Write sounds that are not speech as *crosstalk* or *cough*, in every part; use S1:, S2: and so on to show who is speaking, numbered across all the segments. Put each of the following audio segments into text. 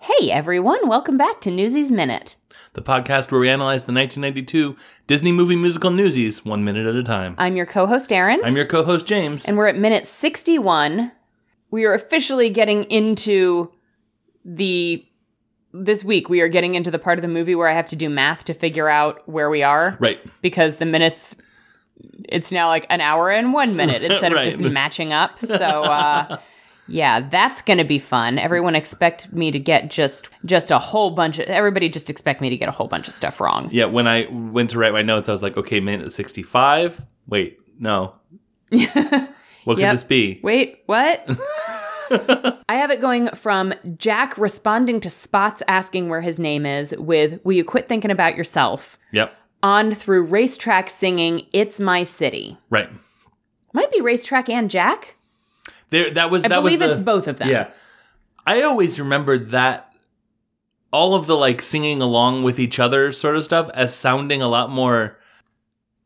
S1: Hey everyone, welcome back to Newsies Minute.
S2: the podcast where we analyze the 1992 Disney movie musical Newsies one minute at a time.
S1: I'm your co host, Aaron,
S2: I'm your co host, James.
S1: and we're at minute 61. We are officially getting into the. This week, we are getting into the part of the movie where I have to do math to figure out where we are
S2: right.
S1: because the minutes. It's now like an hour and one
S2: *laughs*
S1: minute instead
S2: Right.
S1: of just matching
S2: *laughs*
S1: up. So, uh, yeah, that's going to be fun. Everyone expect me to get just just a whole bunch of everybody just expect me to get a whole bunch of stuff wrong.
S2: Yeah, when I went to write my notes, I was like, okay, minute 65. Wait,
S1: *laughs*
S2: no. What could
S1: Yep.
S2: this be?
S1: Wait, what?
S2: *laughs*
S1: I have it going from Jack responding to Spots asking where his name is with Will you quit thinking about yourself?
S2: Yep.
S1: on through racetrack singing It's My City.
S2: Right.
S1: Might be racetrack and Jack.
S2: There that was
S1: I
S2: that
S1: believe
S2: was the,
S1: it's both of them.
S2: Yeah. I always remembered that all of the like singing along with each other sort of stuff as sounding a lot more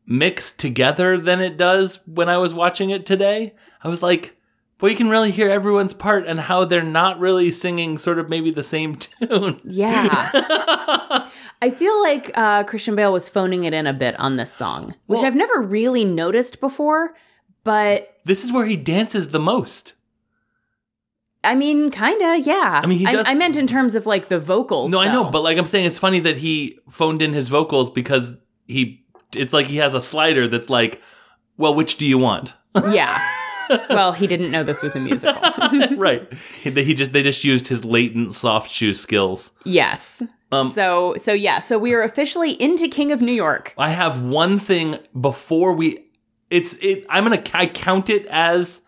S2: mixed together than it does when I was watching it today. I was like, boy, you can really hear everyone's part and how they're not really singing sort of maybe the same *laughs* tune. *laughs*
S1: Yeah. I feel like uh, Christian Bale was phoning it in a bit on this song, which
S2: Well-
S1: I've never really noticed before, but
S2: this is where he dances the most.
S1: I mean, kinda, yeah.
S2: I mean, he
S1: I,
S2: does-
S1: I meant in terms of like the vocals.
S2: No, I know,
S1: though.
S2: but like I'm saying, it's funny that he phoned in his vocals because he, it's like he has a slider that's like, well, which do you want? *laughs*
S1: yeah. Well, he didn't know this was a musical. *laughs*
S2: right. He, they- he just they just used his latent soft shoe skills.
S1: yes.
S2: Um,
S1: so so yeah, so we are officially into King of New York.
S2: I have one thing before we. It's it. I'm gonna I count it as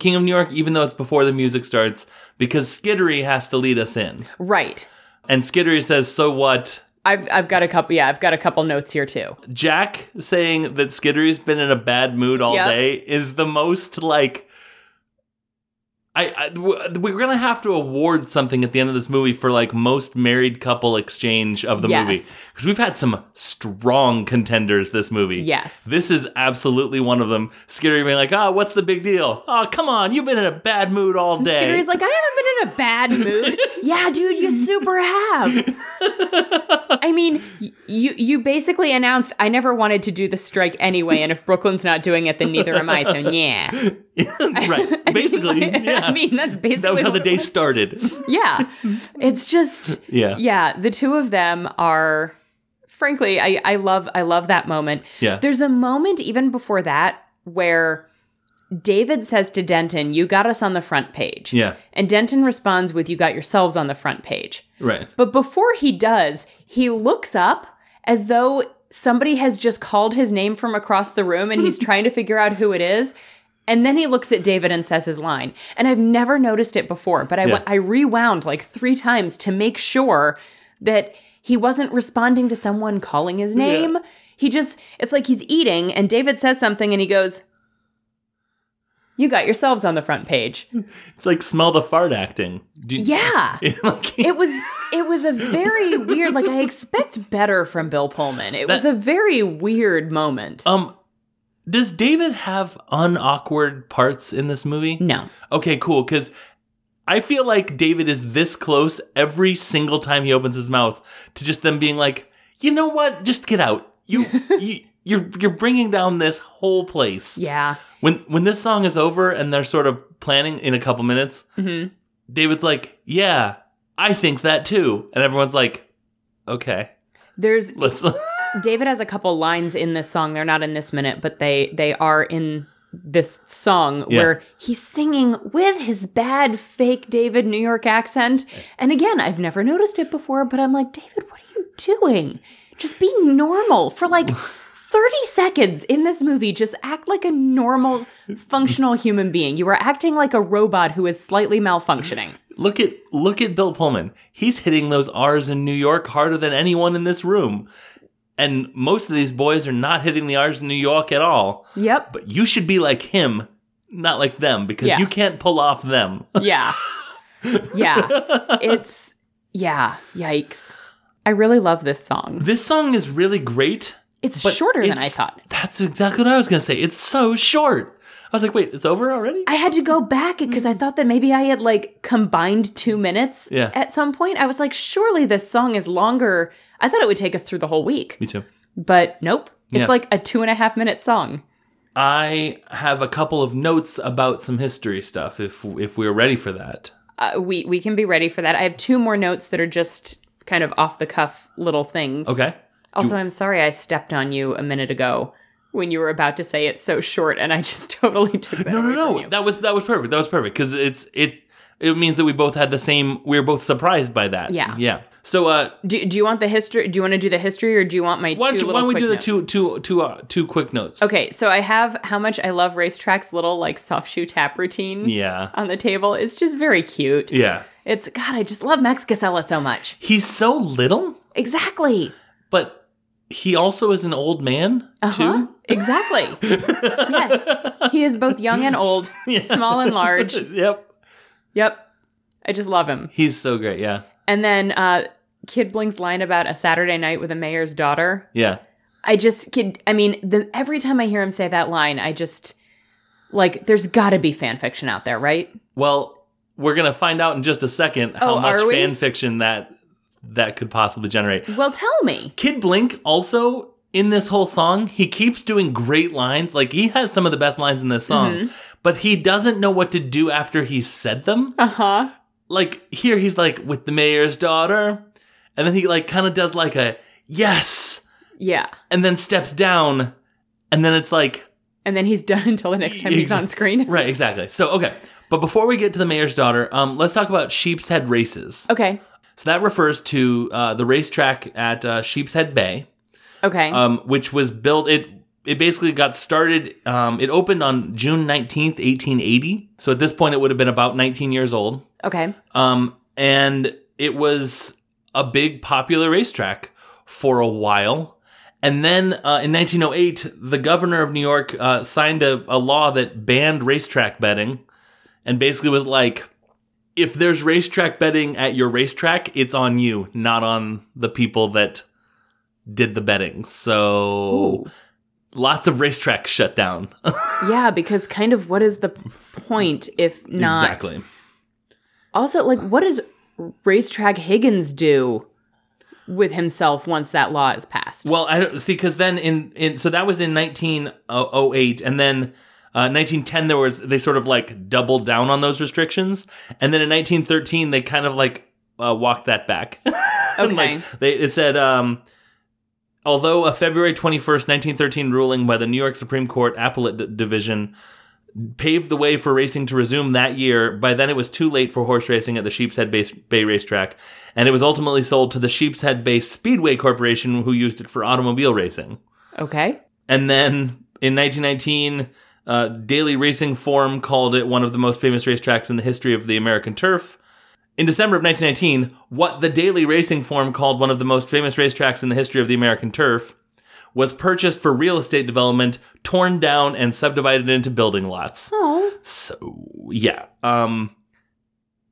S2: King of New York, even though it's before the music starts, because Skittery has to lead us in,
S1: Right.
S2: and Skittery says, "So what."
S1: I've I've got a couple yeah, I've got a couple notes here too.
S2: Jack saying that Skittery's been in a bad mood all
S1: Yep.
S2: day is the most like. I, I w- we're gonna have to award something at the end of this movie for like most married couple exchange of the
S1: Yes.
S2: movie because we've had some strong contenders this movie.
S1: Yes.
S2: This is absolutely one of them. Skittery being like, "Oh, what's the big deal? Oh, come on, you've been in a bad mood all day."
S1: Skittery's like, I haven't been in
S2: *laughs*
S1: a bad mood. yeah, dude, you super have. I mean, y- you you basically announced I never wanted to do the strike anyway, and if Brooklyn's not doing it, then neither am I. So yeah,
S2: right, *laughs* basically, yeah.
S1: *laughs* I mean, that's basically
S2: that was how the
S1: what it *laughs*
S2: day started.
S1: Yeah, it's just
S2: Yeah.
S1: yeah. The two of them are, frankly, I I love I love that moment.
S2: Yeah.
S1: There's a moment even before that where David says to Denton, "You got us on the front page."
S2: Yeah.
S1: And Denton responds with, You got yourselves on the front page.
S2: Right.
S1: But before he does, he looks up as though somebody has just called his name from across the room and he's trying to figure out who it is. And then he looks at David and says his line. And I've never noticed it before, but I, went,
S2: Yeah.
S1: I rewound like three times to make sure that he wasn't responding to someone calling his name. He just, it's like he's eating and David says something and he goes, You got yourselves on the front page.
S2: It's like smell the fart acting. Do you-
S1: Yeah.
S2: *laughs* Like,
S1: it was it was a very weird like i expect better from bill pullman it was a very weird moment
S2: um, does David have unawkward parts in this movie?
S1: no
S2: Okay, cool. Because I feel like David is this close every single time he opens his mouth to just them being like, you know what? Just get out. You, you, you're you're bringing down this whole place.
S1: yeah
S2: When when this song is over and they're sort of planning in a couple minutes,
S1: Mhm.
S2: David's like, yeah, I think that too, and everyone's like, okay,
S1: there's
S2: let's.
S1: david has a couple lines in this song they're not in this minute but they they are in this song
S2: Yeah.
S1: where he's singing with his bad fake david new york accent and again i've never noticed it before but i'm like david what are you doing just be normal for like 30 seconds in this movie just act like a normal functional human being you are acting like a robot who is slightly malfunctioning
S2: Look at look at Bill Pullman. He's hitting those R's in New York harder than anyone in this room. And most of these boys are not hitting the R's in New York at all.
S1: yep
S2: But you should be like him, not like them, because
S1: Yeah.
S2: you can't pull off them.
S1: yeah yeah it's yeah yikes i really love this song
S2: this song is really great.
S1: It's
S2: but
S1: shorter than I
S2: it's-
S1: thought.
S2: That's exactly what I was gonna say. It's so short. was like, wait, it's over already?
S1: I had to go back because I thought that maybe I had like combined two minutes
S2: Yeah.
S1: at some point. I was like, surely this song is longer. I thought it would take us through the whole week,
S2: Me too.
S1: but nope. It's
S2: Yeah.
S1: like a two and a half minute song.
S2: I have a couple of notes about some history stuff if if we're ready for that.
S1: Uh, we we can be ready for that. I have two more notes that are just kind of off the cuff little things.
S2: Okay.
S1: Also, I'm sorry I stepped on you a minute ago when you were about to say it's so short, and I *laughs* just totally took that.
S2: No, no,
S1: away from
S2: no.
S1: you.
S2: That was that was perfect. That was perfect cuz it's it it means that we both had the same we were both surprised by that.
S1: Yeah.
S2: Yeah. So uh
S1: Do, do you want the history? Do you want to do the history, or do you want my
S2: why
S1: two
S2: don't, you,
S1: little
S2: why don't we
S1: quick
S2: do the
S1: notes?
S2: two two two uh, two quick notes?
S1: Okay, so I have how much I love racetracks little like soft shoe tap routine
S2: Yeah.
S1: on the table. It's just very cute.
S2: Yeah.
S1: It's God, I just love Max Casella so much.
S2: He's so little,
S1: Exactly.
S2: but he also is an old man
S1: Uh-huh.
S2: too.
S1: *laughs* Exactly. yes. He is both young and old,
S2: *laughs* Yeah.
S1: small and large.
S2: *laughs* yep.
S1: Yep. I just love him.
S2: He's so great. Yeah.
S1: And then uh Kid Bling's line about a Saturday night with a mayor's daughter.
S2: Yeah.
S1: I just kid I mean, the every time I hear him say that line, I just like there's gotta be fan fiction out there, right?
S2: Well, we're gonna find out in just a second how
S1: Oh,
S2: much
S1: are we?
S2: fan fiction that that could possibly generate.
S1: Well tell me.
S2: Kid Blink also in this whole song, he keeps doing great lines. Like he has some of the best lines in this song, but he doesn't know what to do after he said them.
S1: Uh-huh.
S2: Like here, he's like with the mayor's daughter, and then he like kind of does like a yes,
S1: Yeah.
S2: and then steps down, and then it's like
S1: and then he's *laughs* done until the next time he's on screen.
S2: right, exactly. So okay, but before we get to the mayor's daughter, um, let's talk about Sheep's Head races.
S1: Okay.
S2: So that refers to uh, the racetrack at uh, Sheep's Head Bay.
S1: Okay.
S2: um, which was built it it basically got started um, it opened on june 19th 1880 so at this point it would have been about 19 years old
S1: okay.
S2: um, and it was a big popular racetrack for a while and then uh, in 1908 the governor of new york uh, signed a, a law that banned racetrack betting and basically was like if there's racetrack betting at your racetrack it's on you not on the people that did the betting so
S1: Ooh.
S2: lots of racetracks shut down
S1: Yeah, because kind of what is the point if not?
S2: exactly
S1: Also, like, what does racetrack Higgins do with himself once that law is passed?
S2: Well, I don't see because then in in so that was in 1908, and then uh, 1910 there was they sort of like doubled down on those restrictions, and then in 1913 they kind of like uh, walked that back. And, *laughs* like,
S1: Okay.
S2: they it said. Um, Although a February 21st, 1913 ruling by the New York Supreme Court Appellate D- Division paved the way for racing to resume that year, by then it was too late for horse racing at the Sheep's Head Bay, Bay Racetrack, and it was ultimately sold to the Sheep's Head Bay Speedway Corporation, who used it for automobile racing.
S1: Okay.
S2: And then in 1919, uh, Daily Racing Form called it one of the most famous racetracks in the history of the American turf. In December of 1919, what the Daily Racing Form called one of the most famous racetracks in the history of the American turf was purchased for real estate development, torn down, and subdivided into building lots.
S1: Oh,
S2: So yeah, um,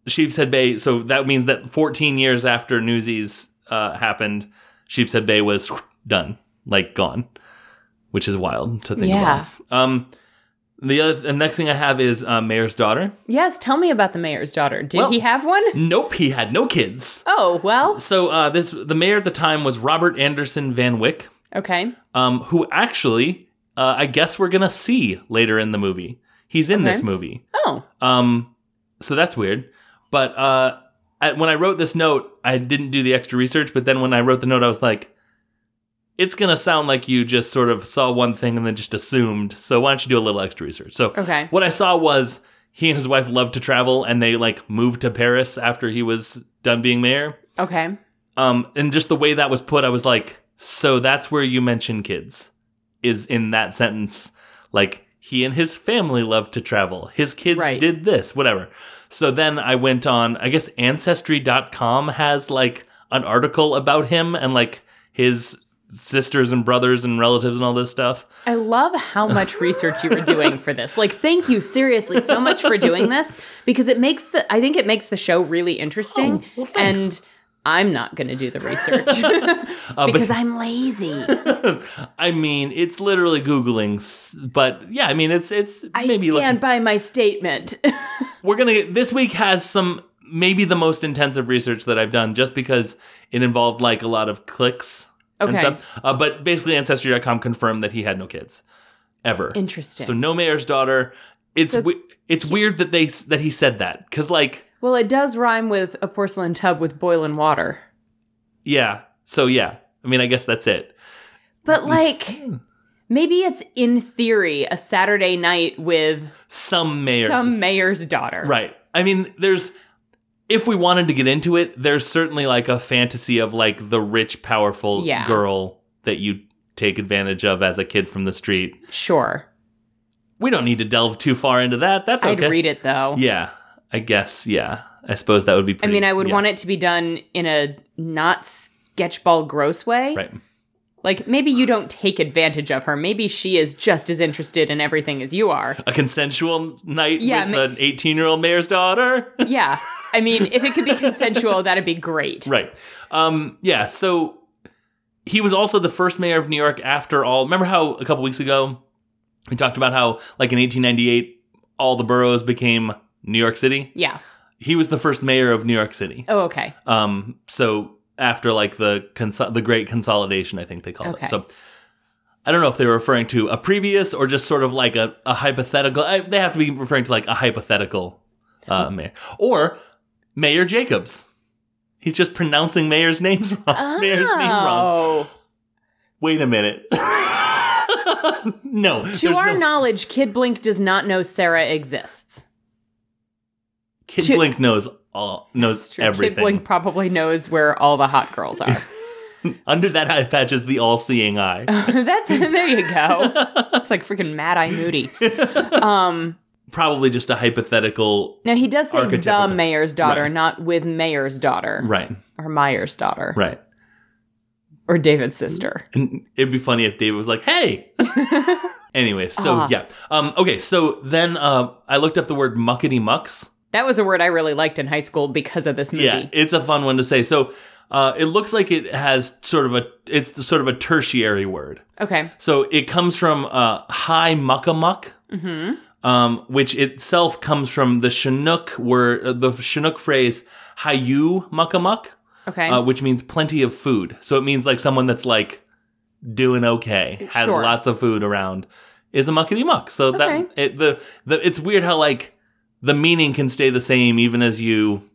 S2: Sheepshead Bay. So that means that 14 years after Newsies uh, happened, Sheepshead Bay was done, like gone, which is wild to think
S1: Yeah.
S2: about. Um, the other the next thing I have is uh, Mayor's daughter.
S1: yes. Tell me about the mayor's daughter. Did
S2: Well-
S1: he have
S2: *laughs*
S1: one?
S2: Nope, he had no kids.
S1: Oh, well.
S2: So uh, this the mayor at the time was Robert Anderson Van Wyck,
S1: Okay.
S2: um, who actually uh, I guess we're gonna see later in the movie. He's in
S1: Okay.
S2: this movie.
S1: Oh,
S2: Um, so that's weird. But uh, I, when I wrote this note, I didn't do the extra research. But then when I wrote the note, I was like, it's gonna sound like you just sort of saw one thing and then just assumed. So why don't you do a little extra research? So
S1: okay.
S2: what I saw was he and his wife loved to travel, and they like moved to Paris after he was done being mayor.
S1: Okay.
S2: Um, and just the way that was put, I was like, so that's where you mention kids, is in that sentence. Like, he and his family loved to travel. His kids
S1: Right.
S2: did this, whatever. So then I went on, I guess Ancestry.com has like an article about him and like his sisters and brothers and relatives and all this stuff. *laughs*
S1: I love how much research you were doing for this. Like, thank you seriously so much for doing this because it makes the I think it makes the show really interesting
S2: Oh, well, thanks.
S1: and I'm not going to do the research
S2: *laughs* Uh,
S1: *laughs*
S2: but-
S1: because I'm
S2: *laughs*
S1: lazy.
S2: I mean, it's literally googling, s- but yeah, I mean, it's it's
S1: I
S2: maybe look-
S1: stand by my statement. *laughs*
S2: we're gonna get this week has some maybe the most intensive research that I've done just because it involved like a lot of clicks and
S1: Okay.
S2: stuff. Uh, but basically, Ancestry.com confirmed that he had no kids ever.
S1: Interesting.
S2: So no mayor's daughter. It's
S1: So-
S2: we- it's weird that they s- that he said that because like
S1: well, it does rhyme with a porcelain tub with boiling water.
S2: yeah. So yeah, I mean, I guess that's it. Mm.
S1: But like maybe it's in theory a Saturday night with
S2: Some mayors.
S1: some mayor's daughter.
S2: Right. I mean, there's if we wanted to get into it, there's certainly like a fantasy of like the rich, powerful
S1: Yeah.
S2: girl that you take advantage of as a kid from the street.
S1: Sure.
S2: We don't need to delve too far into that. That's okay.
S1: I'd read it though.
S2: Yeah. I guess, yeah. I suppose that would be
S1: I
S2: pretty
S1: mean, I would
S2: yeah.
S1: want it to be done in a not sketchball gross way.
S2: Right.
S1: Like maybe you don't take advantage of her. Maybe she is just as interested in everything as you are.
S2: A consensual night
S1: Yeah,
S2: with
S1: ma-
S2: an 18 year old mayor's daughter.
S1: yeah. I mean, if it could be
S2: *laughs*
S1: consensual, that'd be great.
S2: right. Um, yeah. So he was also the first mayor of New York after all. Remember how a couple weeks ago we talked about how, like in 1898, all the boroughs became New York City?
S1: Yeah.
S2: He was the first mayor of New York City.
S1: Oh,
S2: *laughs*
S1: okay.
S2: Um, so after like the cons- the Great Consolidation, I think they called
S1: Okay.
S2: it. So I don't know if they were referring to a previous or just sort of like a, a hypothetical. I, they have to be referring to like a hypothetical uh,
S1: Hmm.
S2: mayor or Mayor Jacobs. He's just pronouncing mayor's names *laughs* wrong. Mayor's name wrong. *laughs*
S1: Oh.
S2: Wait a minute. *laughs* no. there's
S1: To our
S2: no,
S1: knowledge, Kid Blink does not know Sarah exists.
S2: Kid
S1: to-
S2: Blink knows all knows everything.
S1: Kid Blink probably knows where all the hot girls
S2: *laughs*
S1: are. *laughs*
S2: Under that eye patch is the all-seeing eye.
S1: That's *laughs* there you go. It's like freaking Mad Eye Moody. Um,
S2: *laughs* Probably just a hypothetical
S1: now he does say the
S2: Archetypical.
S1: mayor's daughter,
S2: Right.
S1: not with mayor's daughter
S2: Right,
S1: or Meyer's daughter
S2: right.
S1: or David's sister.
S2: And it'd be funny if David was like, "Hey." anyway, so
S1: Ah.
S2: yeah. Um. Okay. So then, uh, I looked up the word muckety mucks.
S1: That was a word I really liked in high school because of this movie.
S2: Yeah, it's a fun one to say. So, uh, it looks like it has sort of a it's sort of a tertiary word.
S1: Okay.
S2: So it comes from uh, high muckamuck,
S1: Mm-hmm.
S2: um, which itself comes from the Chinook word, uh, the Chinook phrase "hayu muckamuck,"
S1: Okay.
S2: uh, which means plenty of food. So it means like someone that's like doing okay, has
S1: Sure.
S2: lots of food around, is a muckety muck. So
S1: Okay.
S2: that it, the the it's weird how like the meaning can stay the same even as you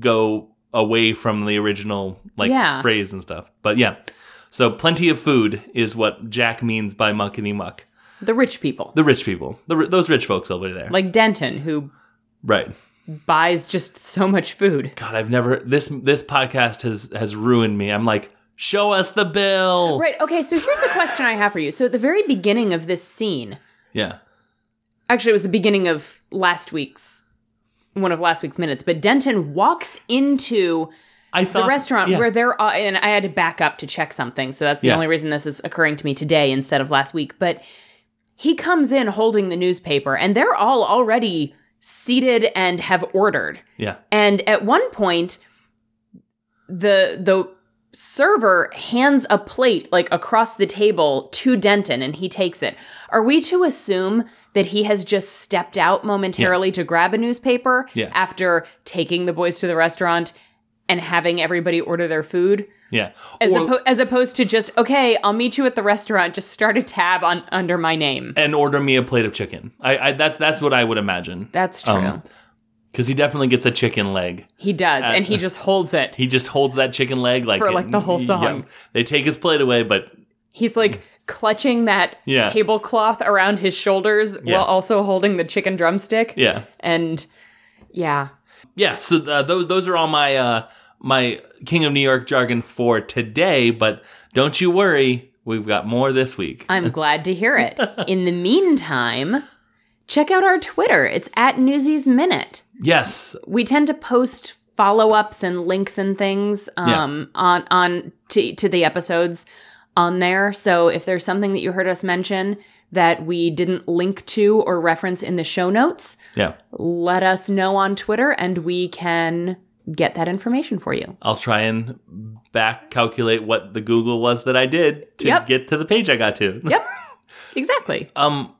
S2: go away from the original like
S1: Yeah.
S2: phrase and stuff. But yeah, so plenty of food is what Jack means by muckety muck.
S1: the rich people,
S2: The rich people, the, ri- those rich folks over there,
S1: like Denton, who
S2: right?
S1: buys just so much food.
S2: God, I've never this this podcast has has ruined me. I'm like, show us the bill,
S1: Right. Okay. So here's a question I have for you. So at the very beginning of this scene,
S2: Yeah.
S1: actually, it was the beginning of last week's one of last week's minutes, but Denton walks into
S2: I
S1: the
S2: thought
S1: restaurant
S2: yeah.
S1: where they're uh, and I had to back up to check something, so that's the
S2: Yeah.
S1: only reason this is occurring to me today instead of last week. But he comes in holding the newspaper, and they're all already seated and have ordered.
S2: yeah,
S1: And at one point, the the server hands a plate like across the table to Denton and he takes it. Are we to assume that he has just stepped out momentarily to grab a newspaper
S2: Yeah.
S1: after taking the boys to the restaurant and having everybody order their food?
S2: yeah.
S1: As,
S2: Or-
S1: oppo- as opposed to just, okay, I'll meet you at the restaurant, just start a tab on under my name.
S2: and order me a plate of chicken. I, I that's that's what I would imagine
S1: That's true.
S2: Um, because he definitely gets a chicken leg.
S1: he does, and he just holds it.
S2: He just holds that chicken leg like
S1: For, like, the whole
S2: yeah.
S1: song.
S2: They take his plate away, but
S1: He's like clutching that
S2: Yeah.
S1: tablecloth around his shoulders
S2: Yeah.
S1: while also holding the chicken drumstick.
S2: yeah,
S1: And yeah.
S2: yeah. So uh, those those are all my uh, my King of New York jargon for today. But don't you worry, we've got more this week. *laughs*
S1: I'm glad to hear it. In the meantime, check out our Twitter. It's at Newsies Minute.
S2: yes,
S1: We tend to post follow-ups and links and things
S2: Yeah.
S1: um, on on to, to the episodes on there. So if there's something that you heard us mention that we didn't link to or reference in the show notes,
S2: yeah,
S1: let us know on Twitter and we can get that information for you.
S2: I'll try and back calculate what the Google was that I did to
S1: Yep.
S2: get to the page I got to.
S1: Yep. exactly.
S2: Um,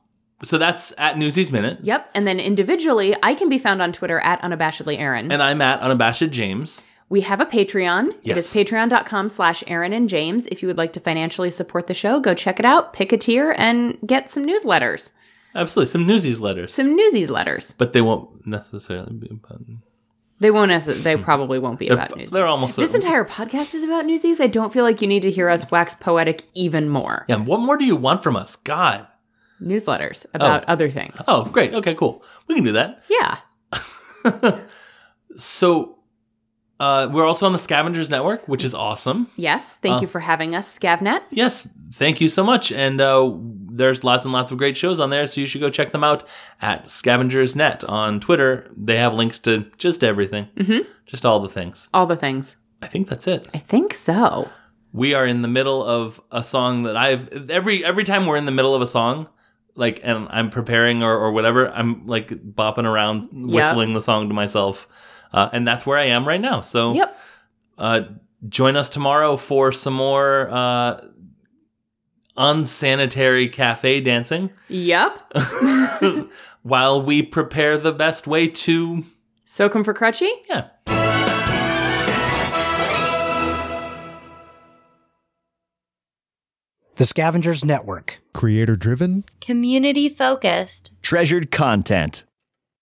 S2: so that's at Newsies Minute,
S1: Yep. And then individually, I can be found on Twitter at unabashedly Aaron.
S2: and I'm at unabashed James.
S1: We have a Patreon. It is
S2: Yes.
S1: patreon.com slash Aaron and James. If you would like to financially support the show, go check it out, pick a tier, and get some newsletters.
S2: Absolutely, some Newsies letters,
S1: Some newsies letters.
S2: but they won't necessarily be about.
S1: They won't as
S2: *laughs*
S1: they probably won't be about newsies.
S2: They're almost
S1: this entire podcast is about newsies. I don't feel like you need to hear us wax poetic even more.
S2: Yeah, what more do you want from us? God.
S1: Newsletters about other things.
S2: Oh, great. Okay, cool. We can do that.
S1: Yeah.
S2: So uh, we're also on the Scavengers Network, which is awesome.
S1: Yes. Thank
S2: Oh.
S1: you for having us, Scavnet.
S2: Yes, thank you so much. And uh, there's lots and lots of great shows on there, so you should go check them out at Scavengers Net on Twitter. They have links to just everything,
S1: Mhm.
S2: just all the things.
S1: All the things.
S2: I think that's it.
S1: I think so.
S2: We are in the middle of a song that I've every every time we're in the middle of a song, like and I'm preparing or, or whatever, I'm like bopping around, whistling the song to myself, uh, and that's where I am right now. So
S1: Yep.
S2: uh, join us tomorrow for some more uh, unsanitary cafe dancing *laughs*
S1: Yep. *laughs*
S2: while we prepare the best way to
S1: So come for Crutchy.
S2: yeah.
S3: The Scavengers Network.
S4: Creator driven?
S5: Community focused.
S6: Treasured content.